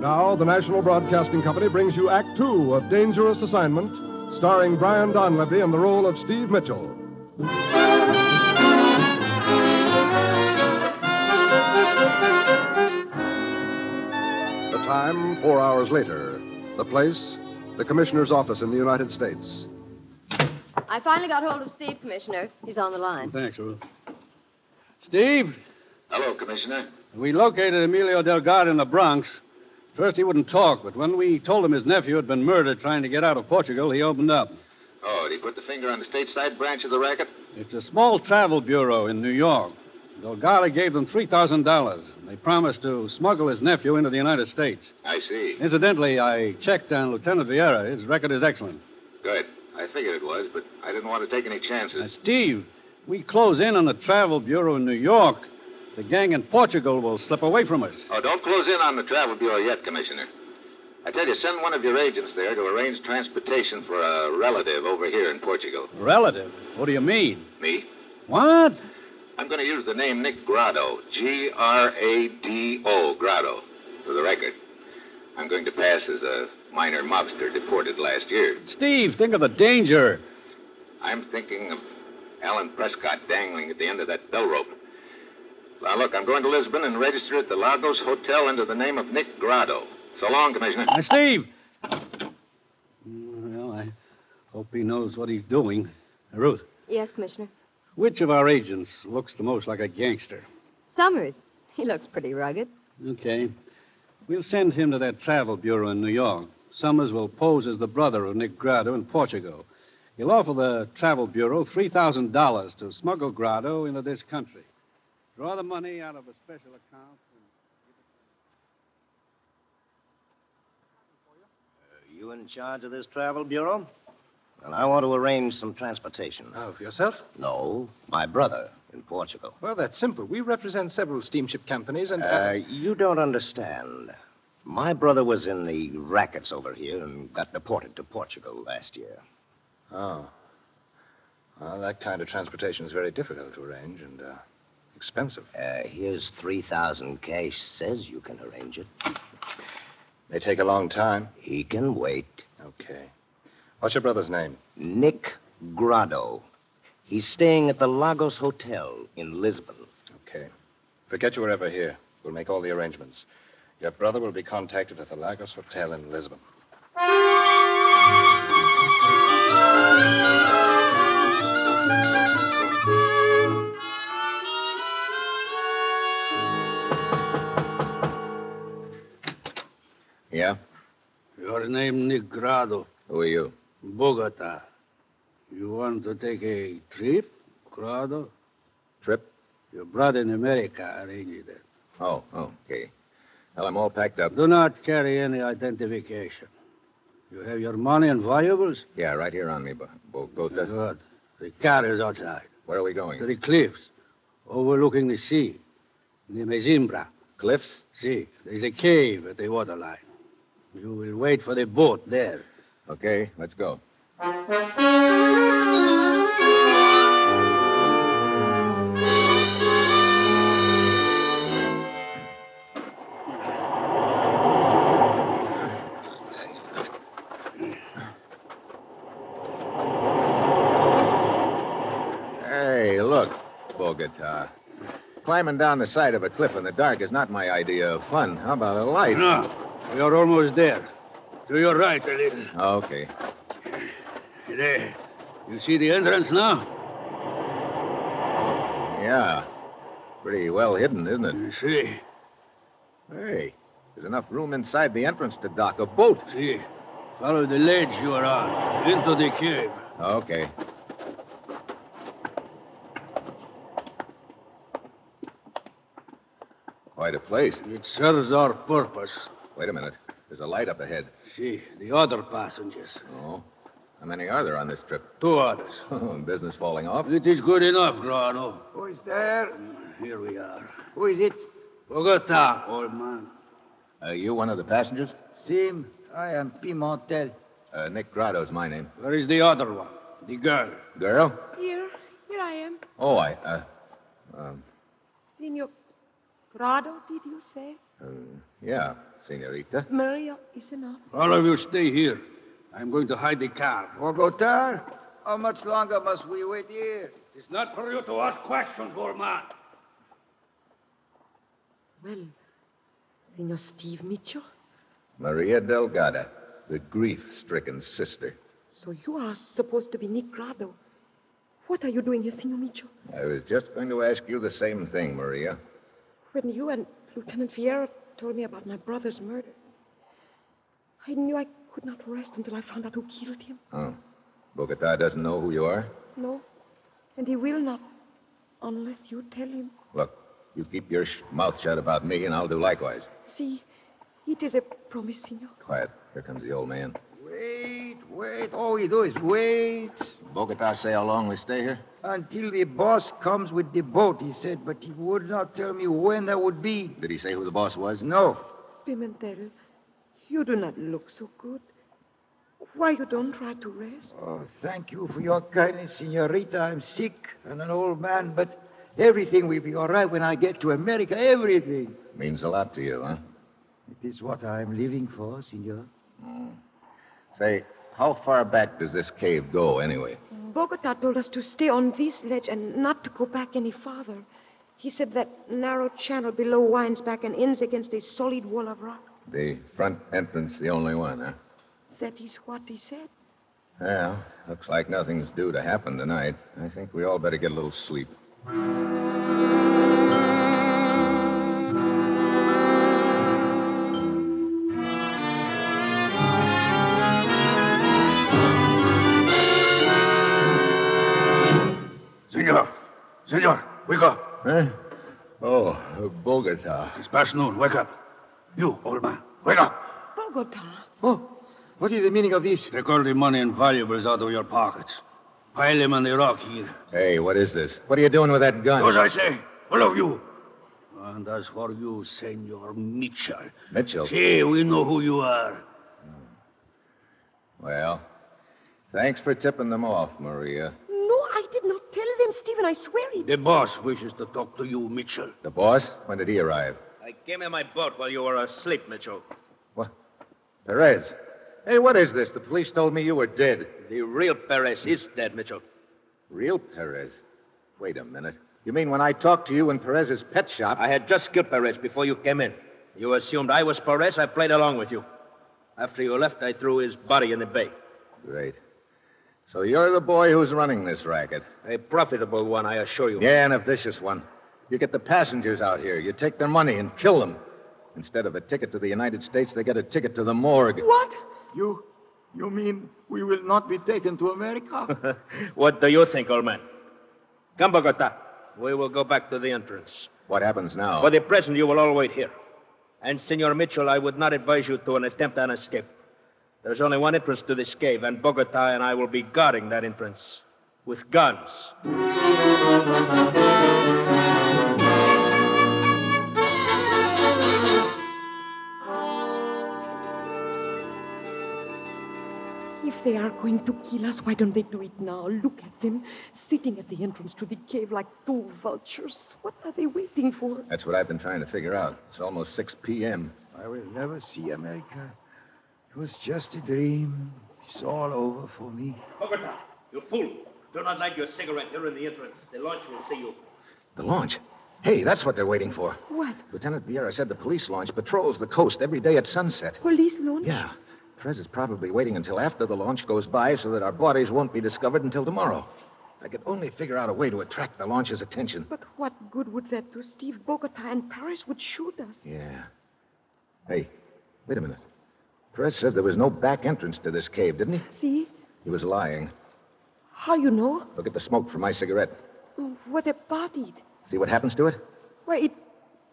Now, the National Broadcasting Company brings you Act Two of Dangerous Assignment, starring Brian Donlevy in the role of Steve Mitchell. The time, four hours later. The place, the Commissioner's office in the United States. I finally got hold of Steve, Commissioner. He's on the line. Thanks, Ruth. Steve, Hello, Commissioner. we located Emilio Delgado in the Bronx. First, he wouldn't talk, but when we told him his nephew had been murdered trying to get out of Portugal, he opened up. Oh, did he put the finger on the stateside branch of the racket? It's a small travel bureau in New York. Delgado gave them $3,000. They promised to smuggle his nephew into the United States. I see. Incidentally, I checked on Lieutenant Vieira. His record is excellent. Good. I figured it was, but I didn't want to take any chances. Steve, we close in on the Travel Bureau in New York. The gang in Portugal will slip away from us. Oh, don't close in on the Travel Bureau yet, Commissioner. I tell you, send one of your agents there to arrange transportation for a relative over here in Portugal. Relative? What do you mean? Me? What? I'm going to use the name Nick Grado, G R A D O, Grado, for the record. I'm going to pass as a minor mobster deported last year. Steve, think of the danger. I'm thinking of Alan Prescott dangling at the end of that bell rope. Now, look, I'm going to Lisbon and register at the Lagos Hotel under the name of Nick Grado. So long, Commissioner. Now, Uh, Steve! Well, I hope he knows what he's doing. Ruth, Yes, Commissioner. which of our agents looks the most like a gangster? Summers. He looks pretty rugged. Okay. We'll send him to that travel bureau in New York. Summers will pose as the brother of Nick Grado in Portugal. He'll offer the travel bureau $3,000 to smuggle Grado into this country. Draw the money out of a special account. You in charge of this travel bureau? And I want to arrange some transportation. Oh, for yourself? No, my brother in Portugal. Well, that's simple. We represent several steamship companies and. Uh, you don't understand. My brother was in the rackets over here and got deported to Portugal last year. Oh. Well, that kind of transportation is very difficult to arrange and uh, expensive. Uh, here's 3,000 cash. Says you can arrange it. May take a long time. He can wait. Okay. What's your brother's name? Nick Grado. He's staying at the Lagos Hotel in Lisbon. Okay. Forget you were ever here. We'll make all the arrangements. Your brother will be contacted at the Lagos Hotel in Lisbon. Yeah? Your name, Nick Grado, Who are you? Bogota. You want to take a trip, Grado? Trip? Your brother in America arranged that. Oh, oh, okay. Well, I'm all packed up. Do not carry any identification. You have your money and valuables? Yeah, right here on me, Bo- Bogota. Good. The car is outside. Where are we going? To the cliffs, overlooking the sea. Near Mezimbra. Cliffs? See, there's a cave at the waterline. You will wait for the boat there. Okay, let's go. Hey, look, Bogota. Climbing down the side of a cliff in the dark is not my idea of fun. How about a light? No, you're almost there. To your right a little. Okay. There. You see the entrance now? Yeah. Pretty well hidden, isn't it? see. Hey, there's enough room inside the entrance to dock a boat. See. Follow the ledge you are on, into the cave. Okay. quite a place. It serves our purpose. Wait a minute. There's a light up ahead. See, the other passengers. Oh. How many are there on this trip? Two others. Oh, business falling off. It is good enough, Grano. Who's there? Mm, Here we are. Who is it? Bogota, old man. Are Uh, you one of the passengers? Sim, I am Pimentel. Uh, Nick Grotto's my name. Where is the other one? The girl. Girl? Here, here I am. Oh, I, uh, um, Senor Prado, did you say? um, yeah, senorita. Maria is enough. All of you stay here. I'm going to hide the car. Bogota? How much longer must we wait here? It's not for you to ask questions, old man. Well, Senor Steve Mitchell, Maria Delgada, the grief stricken sister. so you are supposed to be Nick Grado. What are you doing here, Senor Mitchell? I was just going to ask you the same thing, Maria. When you and Lieutenant Vieira told me about my brother's murder, I knew I could not rest until I found out who killed him. Oh. Bogota doesn't know who you are? No, and he will not unless you tell him. Look, you keep your sh- mouth shut about me, and I'll do likewise. See, it is a promise, Senor. Quiet. Here comes the old man. Wait, wait. All we do is wait Bogota say how long we stay here? until the boss comes with the boat, he said, but he would not tell me when that would be. Did he say who the boss was? No. Pimentel, you do not look so good. Why you don't try to rest? Oh, thank you for your kindness, senorita. I'm sick and an old man, but everything will be all right when I get to America. Everything. Means a lot to you, huh? It is what I'm living for, senor. Say, how far back does this cave go, anyway? Bogota told us to stay on this ledge and not to go back any farther. He said that narrow channel below winds back and ends against a solid wall of rock. The front entrance, the only one, huh? That is what he said. Well, looks like nothing's due to happen tonight. I think we all better get a little sleep. Senor. Senor, wake up. Huh? Oh, Bogota. It's past noon. Wake up. You, old man. Wake up. Oh, Bogota. What is the meaning of this? Take all the money and valuables out of your pockets. Pile them on the rock here. Hey, what is this? What are you doing with that gun? Those I say, all of you. And as for you, Senor Mitchell. Mitchell. See, we know who you are. Well, thanks for tipping them off, Maria. No, I did not tell them, Stephen. I swear it. The boss wishes to talk to you, Mitchell. The boss? When did he arrive? I came in my boat while you were asleep, Mitchell. Perez. Hey, what is this? The police told me you were dead. The real Perez is dead, Mitchell. Real Perez? Wait a minute. You mean when I talked to you in Perez's pet shop? I had just killed Perez before you came in. You assumed I was Perez. I played along with you. After you left, I threw his body in the bay. Great. So you're the boy who's running this racket. A profitable one, I assure you. Yeah, and a vicious one. You get the passengers out here, you take their money and kill them. Instead of a ticket to the United States, they get a ticket to the morgue. What? You, you mean we will not be taken to America? What do you think, old man? Come, Bogota. We will go back to the entrance. What happens now? For the present, you will all wait here. And, Senor Mitchell, I would not advise you to an attempt at an escape. There's only one entrance to this cave, and Bogota and I will be guarding that entrance with guns. If they are going to kill us, why don't they do it now? Look at them, sitting at the entrance to the cave like two vultures. What are they waiting for? That's what I've been trying to figure out. It's almost 6 p.m. I will never see America. It was just a dream. It's all over for me. Bogota, you fool. Do not light your cigarette here in the entrance. The launch will see you. The launch. Hey, that's what they're waiting for. What? Lieutenant Vieira said the police launch patrols the coast every day at sunset. Police launch? Yeah. Perez is probably waiting until after the launch goes by so that our bodies won't be discovered until tomorrow. If I could only figure out a way to attract the launch's attention. But what good would that do, Steve? Bogota and Paris would shoot us. Yeah. Hey, wait a minute. Perez says there was no back entrance to this cave, didn't he? See? He was lying. How you know? Look at the smoke from my cigarette. What about it? See what happens to it? Why, it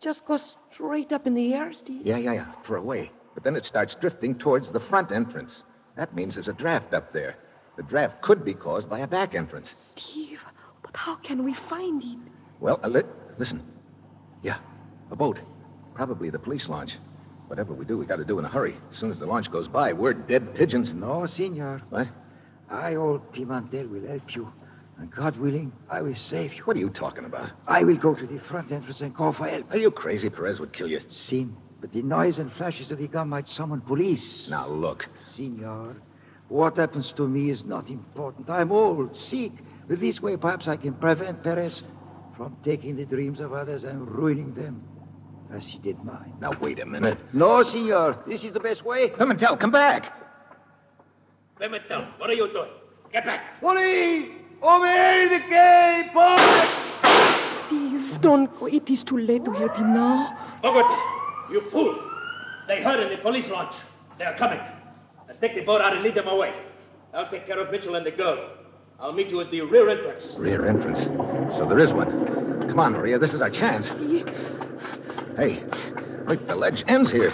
just goes straight up in the air, Steve? Yeah, yeah, yeah, for a way. But then it starts drifting towards the front entrance. That means there's a draft up there. The draft could be caused by a back entrance. Steve, but how can we find it? Well, uh, li- listen. Yeah, a boat. Probably the police launch. Whatever we do, we got to do in a hurry. As soon as the launch goes by, we're dead pigeons. No, senor. What? I, old Pimentel, will help you. And God willing, I will save you. What are you talking about? I will go to the front entrance and call for help. Are you crazy? Perez would kill you. Sin, but the noise and flashes of the gun might summon police. Now, look. Senor, what happens to me is not important. I'm old, sick. But this way, perhaps I can prevent Perez from taking the dreams of others and ruining them as he did mine. Now, wait a minute. No, senor. This is the best way. Pimentel, come back. Pimentel, what are you doing? Get back. Police! Over here, the gay boy! Steve, don't go. It is too late to help him now. Bogota, you fool. They heard in the police launch. They are coming. Now take the boat out and lead them away. I'll take care of Mitchell and the girl. I'll meet you at the rear entrance. Rear entrance. So there is one. Come on, Maria. This is our chance. Hey, wait, the ledge ends here.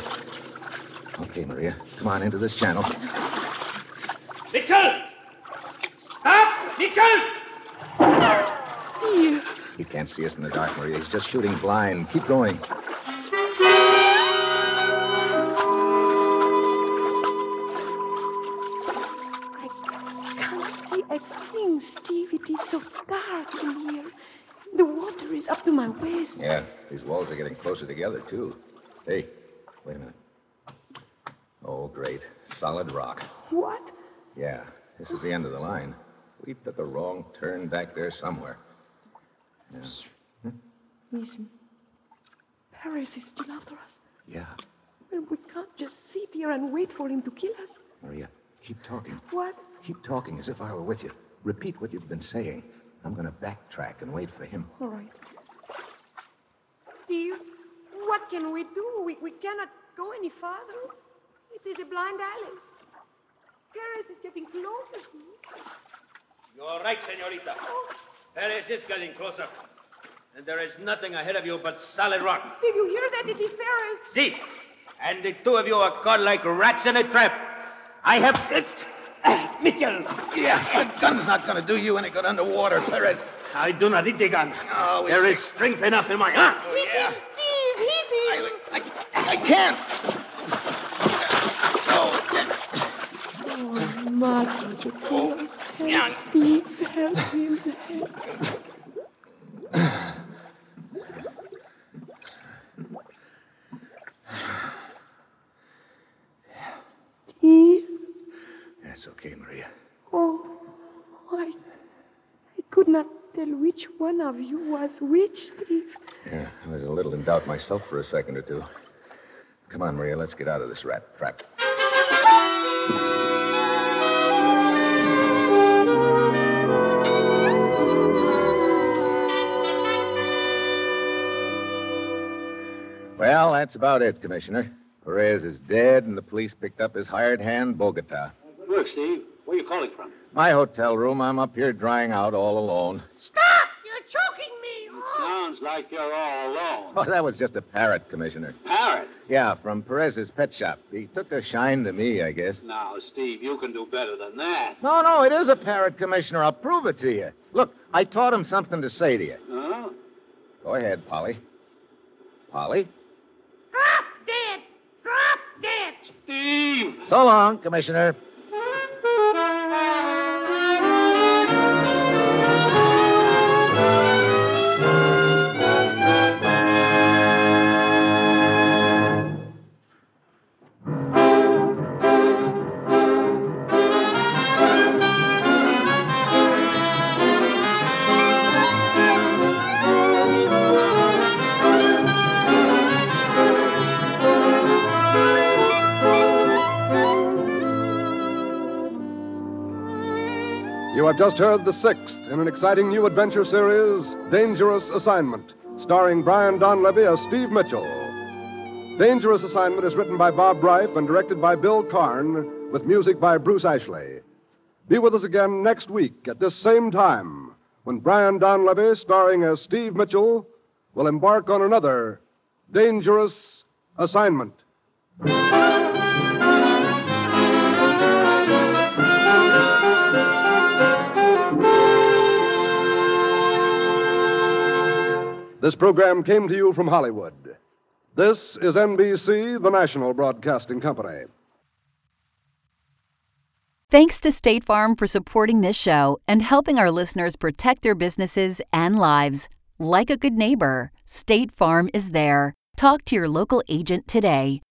Okay, Maria. Come on into this channel. Mitchell! Stop! Mitchell! Steve, He can't see us in the dark, Maria. He's just shooting blind. Keep going. I can't see a thing, Steve. It is so dark in here. The water is up to my waist. Yeah, these walls are getting closer together, too. Hey, wait a minute. Oh, great. Solid rock. What? Yeah, this is the end of the line. We took a wrong turn back there somewhere. Yeah. Listen. Paris is still after us. Yeah, Well, we can't just sit here and wait for him to kill us. Maria, keep talking. What? Keep talking as if I were with you. Repeat what you've been saying. I'm going to backtrack and wait for him. All right. Steve, what can we do? We, we cannot go any farther. It is a blind alley. Paris is getting closer, Steve. You're right, senorita. Paris is getting closer. And there is nothing ahead of you but solid rock. Did you hear that? It is Paris. See? And the two of you are caught like rats in a trap. I have. Mitchell! Yeah, the gun's not going to do you any good underwater, Perez. I do not need the gun. Oh, there is strength enough in my arm. Hit him, Steve! Hit him! I can't. Oh, Martin, the poor help Steve. Help him. Help. Steve? That's okay, Maria. Oh, I, I could not tell which one of you was which, Steve. Yeah, I was a little in doubt myself for a second or two. Come on, Maria, let's get out of this rat trap. Well, that's about it, Commissioner. Perez is dead, and the police picked up his hired hand, Bogota. Good work, Steve. Where are you calling from? My hotel room, I'm up here drying out all alone. Stop! You're choking me! Sounds like you're all alone. Oh, that was just a parrot, Commissioner. Parrot. Yeah, from Perez's pet shop. He took a shine to me, I guess. Now, Steve, you can do better than that. No, no, it is a parrot, Commissioner. I'll prove it to you. Look, I taught him something to say to you. Huh? Go ahead, Polly. Polly? Drop dead! Drop dead! Steve! So long, Commissioner. You have just heard the sixth in an exciting new adventure series, Dangerous Assignment, starring Brian Donlevy as Steve Mitchell. Dangerous Assignment is written by Bob Reif and directed by Bill Karn, with music by Bruce Ashley. Be with us again next week at this same time when Brian Donlevy, starring as Steve Mitchell, will embark on another Dangerous Assignment. This program came to you from Hollywood. This is NBC, the national broadcasting company. Thanks to State Farm for supporting this show and helping our listeners protect their businesses and lives. Like a good neighbor, State Farm is there. Talk to your local agent today.